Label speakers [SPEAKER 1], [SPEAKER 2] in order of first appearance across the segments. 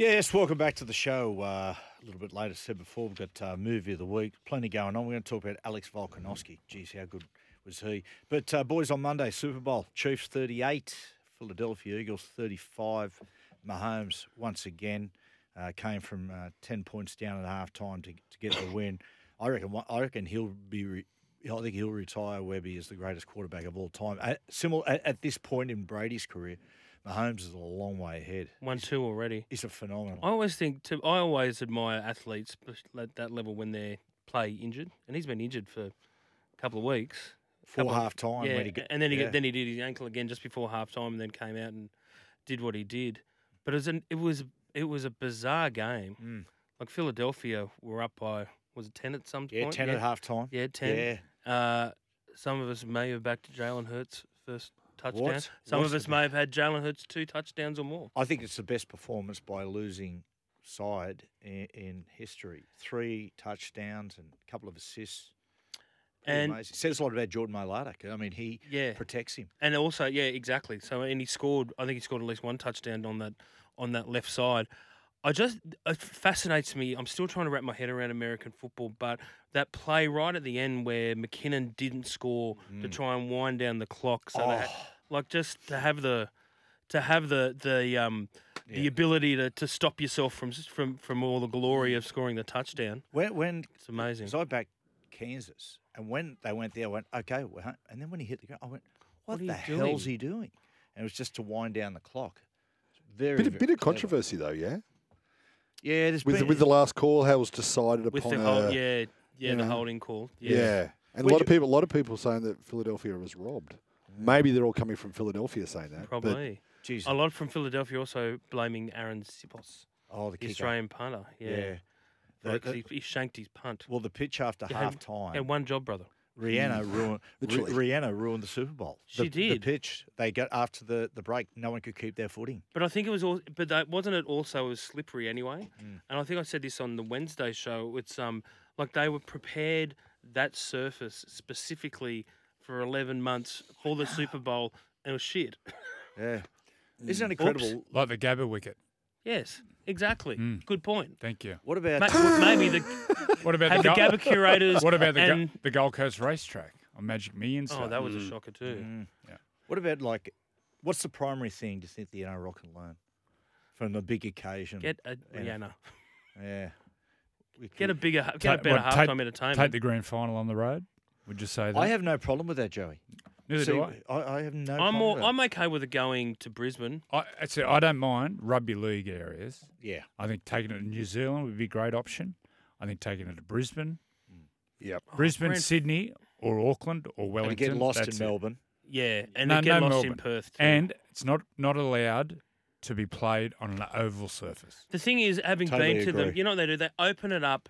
[SPEAKER 1] Yes, welcome back to the show. Uh, a little bit later, said before, we've got uh, movie of the week, plenty going on. We're going to talk about Alex Volkanovski. Geez, how good was he? But uh, boys, on Monday, Super Bowl, Chiefs 38, Philadelphia Eagles 35. Mahomes, once again, uh, came from uh, 10 points down at half time to, to get the win. I reckon, I reckon he'll be. Re- I think he'll retire Webby as the greatest quarterback of all time. At, similar at, at this point in Brady's career, Mahomes is a long way ahead.
[SPEAKER 2] One two already.
[SPEAKER 1] It's a phenomenal.
[SPEAKER 2] I always think to, I always admire athletes spec- at that level when they play injured, and he's been injured for a couple of weeks.
[SPEAKER 1] Full
[SPEAKER 2] couple of-
[SPEAKER 1] half time
[SPEAKER 2] yeah,
[SPEAKER 1] when he got,
[SPEAKER 2] and then he
[SPEAKER 1] yeah.
[SPEAKER 2] got then he did his ankle again just before half time, and then came out and did what he did. But it was an, it was it was a bizarre game.
[SPEAKER 1] Mm.
[SPEAKER 2] Like Philadelphia were up by was it ten at some
[SPEAKER 1] yeah,
[SPEAKER 2] point?
[SPEAKER 1] ten at half time.
[SPEAKER 2] Yeah, ten.
[SPEAKER 1] Yeah,
[SPEAKER 2] Uh, some of us may have backed Jalen Hurts first touchdown.
[SPEAKER 1] What?
[SPEAKER 2] Some
[SPEAKER 1] What's
[SPEAKER 2] of us
[SPEAKER 1] the-
[SPEAKER 2] may have had Jalen Hurts two touchdowns or more.
[SPEAKER 1] I think it's the best performance by a losing side in, in history. Three touchdowns and a couple of assists. Pretty
[SPEAKER 2] And
[SPEAKER 1] amazing. says a lot about Jordan Mailata. 'cause, I mean, he
[SPEAKER 2] yeah,
[SPEAKER 1] protects him.
[SPEAKER 2] And also, yeah, exactly. So, and he scored. I think he scored at least one touchdown on that on that left side. I just it fascinates me. I'm still trying to wrap my head around American football, but that play right at the end where McKinnon didn't score to try and wind down the clock. So, they had, like, just to have the to have the the um the
[SPEAKER 1] Yeah.
[SPEAKER 2] ability to, to stop yourself from s- from from all the glory of scoring the touchdown.
[SPEAKER 1] When when
[SPEAKER 2] It's amazing.
[SPEAKER 1] because I backed Kansas, and when they went there, I went okay. Well, and then when he hit the ground, I went,
[SPEAKER 2] What
[SPEAKER 1] what,
[SPEAKER 2] are you
[SPEAKER 1] the hell's he doing? And it was just to wind down the clock. It's Very
[SPEAKER 3] Bit,
[SPEAKER 1] very
[SPEAKER 3] of- bit of
[SPEAKER 1] clever.
[SPEAKER 3] controversy though, yeah.
[SPEAKER 1] Yeah, there's
[SPEAKER 3] With the,
[SPEAKER 1] been,
[SPEAKER 3] with the last call, how it was decided
[SPEAKER 2] With
[SPEAKER 3] upon.
[SPEAKER 2] the whole,
[SPEAKER 3] a-
[SPEAKER 2] yeah, yeah,
[SPEAKER 3] you
[SPEAKER 2] the
[SPEAKER 3] know,
[SPEAKER 2] holding call.
[SPEAKER 3] yeah. And
[SPEAKER 1] Would
[SPEAKER 3] a lot
[SPEAKER 1] you-
[SPEAKER 3] of people, a lot of people saying that Philadelphia was robbed. Maybe they're all coming from Philadelphia saying that. but-
[SPEAKER 2] probably.
[SPEAKER 1] geez,
[SPEAKER 2] A lot from Philadelphia also blaming Aaron Sipos,
[SPEAKER 1] oh the
[SPEAKER 2] the
[SPEAKER 1] kicker.
[SPEAKER 2] Australian punter. Yeah.
[SPEAKER 1] The-
[SPEAKER 2] Like,
[SPEAKER 1] the-
[SPEAKER 2] he, he shanked his punt.
[SPEAKER 1] well, the pitch after
[SPEAKER 2] Yeah,
[SPEAKER 1] half time.
[SPEAKER 2] Had one job, brother.
[SPEAKER 1] Rihanna ruined
[SPEAKER 3] Literally.
[SPEAKER 1] Ri- Rihanna ruined Mm. the Super Bowl. The, The
[SPEAKER 2] She did.
[SPEAKER 1] pitch they got after the, the break, no one could keep their footing.
[SPEAKER 2] But I think it was all. But that wasn't it also as slippery anyway. And I think I said this on the Wednesday show. It's um like they were prepared that surface specifically for eleven months for the Super Bowl, and it was shit.
[SPEAKER 1] Yeah,
[SPEAKER 2] Mm.
[SPEAKER 1] isn't it incredible?
[SPEAKER 4] Like the Gabba wicket.
[SPEAKER 2] yes, exactly. Good point.
[SPEAKER 4] Thank you.
[SPEAKER 1] What about
[SPEAKER 2] Ma- well, maybe the
[SPEAKER 4] What about
[SPEAKER 2] had the
[SPEAKER 4] the, Gul-
[SPEAKER 2] Gabba curators.
[SPEAKER 4] What about the, Gu-
[SPEAKER 2] and,
[SPEAKER 4] the Gold Coast racetrack on Magic Million?
[SPEAKER 2] Oh, that was a shocker too.
[SPEAKER 1] what about like what's the primary thing do you think the NRL can learn from the big occasion?
[SPEAKER 2] Get a
[SPEAKER 1] Yeah.
[SPEAKER 2] Rihanna.
[SPEAKER 1] yeah, We
[SPEAKER 2] Get a
[SPEAKER 1] could-
[SPEAKER 2] bigger, get a better
[SPEAKER 4] take,
[SPEAKER 2] halftime entertainment.
[SPEAKER 4] Take the grand final on the road. Would you say that?
[SPEAKER 1] I have no problem with that, Joey.
[SPEAKER 4] Neither
[SPEAKER 1] See,
[SPEAKER 4] do I.
[SPEAKER 1] I, I have no.
[SPEAKER 2] I'm
[SPEAKER 1] problem
[SPEAKER 2] all,
[SPEAKER 1] with that.
[SPEAKER 2] I'm okay with it going to Brisbane.
[SPEAKER 4] I, actually, I don't mind rugby league areas.
[SPEAKER 1] Yeah,
[SPEAKER 4] I think taking it to New Zealand would be a great option. I think taking it to Brisbane,
[SPEAKER 3] Yep.
[SPEAKER 2] Oh,
[SPEAKER 4] Brisbane,
[SPEAKER 2] Brent-
[SPEAKER 4] Sydney, or Auckland, or
[SPEAKER 1] and
[SPEAKER 4] Wellington.
[SPEAKER 1] get lost in
[SPEAKER 4] that's it.
[SPEAKER 1] Melbourne.
[SPEAKER 2] Yeah, and
[SPEAKER 4] No,
[SPEAKER 2] then get
[SPEAKER 4] no
[SPEAKER 2] lost in
[SPEAKER 4] Melbourne.
[SPEAKER 2] Perth. too.
[SPEAKER 4] And it's not not allowed to be played on an oval surface.
[SPEAKER 2] the thing is, having
[SPEAKER 1] Totally
[SPEAKER 2] been to them,
[SPEAKER 1] agree.
[SPEAKER 2] you know what they do? They open it up,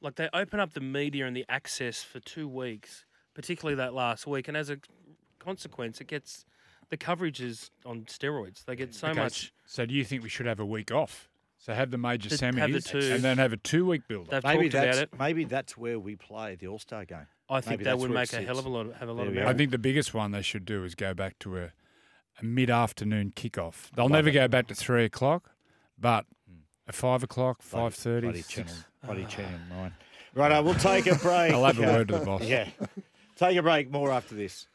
[SPEAKER 2] like they open up the media and the access for two weeks, particularly that last week, and as a consequence, it gets the coverage is on steroids. They get so
[SPEAKER 4] Okay,
[SPEAKER 2] much.
[SPEAKER 4] So do you think we should have a week off? So have the major
[SPEAKER 2] Just have the
[SPEAKER 4] semis
[SPEAKER 2] two-
[SPEAKER 4] and then have a two week build
[SPEAKER 2] They've
[SPEAKER 4] up.
[SPEAKER 1] Maybe
[SPEAKER 2] talked about
[SPEAKER 1] that's
[SPEAKER 2] it.
[SPEAKER 1] maybe that's where we play the All Star game.
[SPEAKER 2] I think
[SPEAKER 1] maybe
[SPEAKER 2] that
[SPEAKER 1] that's
[SPEAKER 2] would
[SPEAKER 1] where it
[SPEAKER 2] make a hell of
[SPEAKER 1] sits.
[SPEAKER 2] a lot. Of, have a lot
[SPEAKER 1] There
[SPEAKER 2] of.
[SPEAKER 1] we
[SPEAKER 4] I
[SPEAKER 2] merit.
[SPEAKER 4] think the biggest one they should do is go back to a, a mid afternoon kickoff. They'll never go back to three o'clock, but at five o'clock, five
[SPEAKER 1] Bloody
[SPEAKER 4] thirty, Ah.
[SPEAKER 1] channel, bloody channel nine. Right, I will take a break.
[SPEAKER 4] I'll have a
[SPEAKER 1] Uh,
[SPEAKER 4] word to the boss.
[SPEAKER 1] Yeah. Take a break. More after this.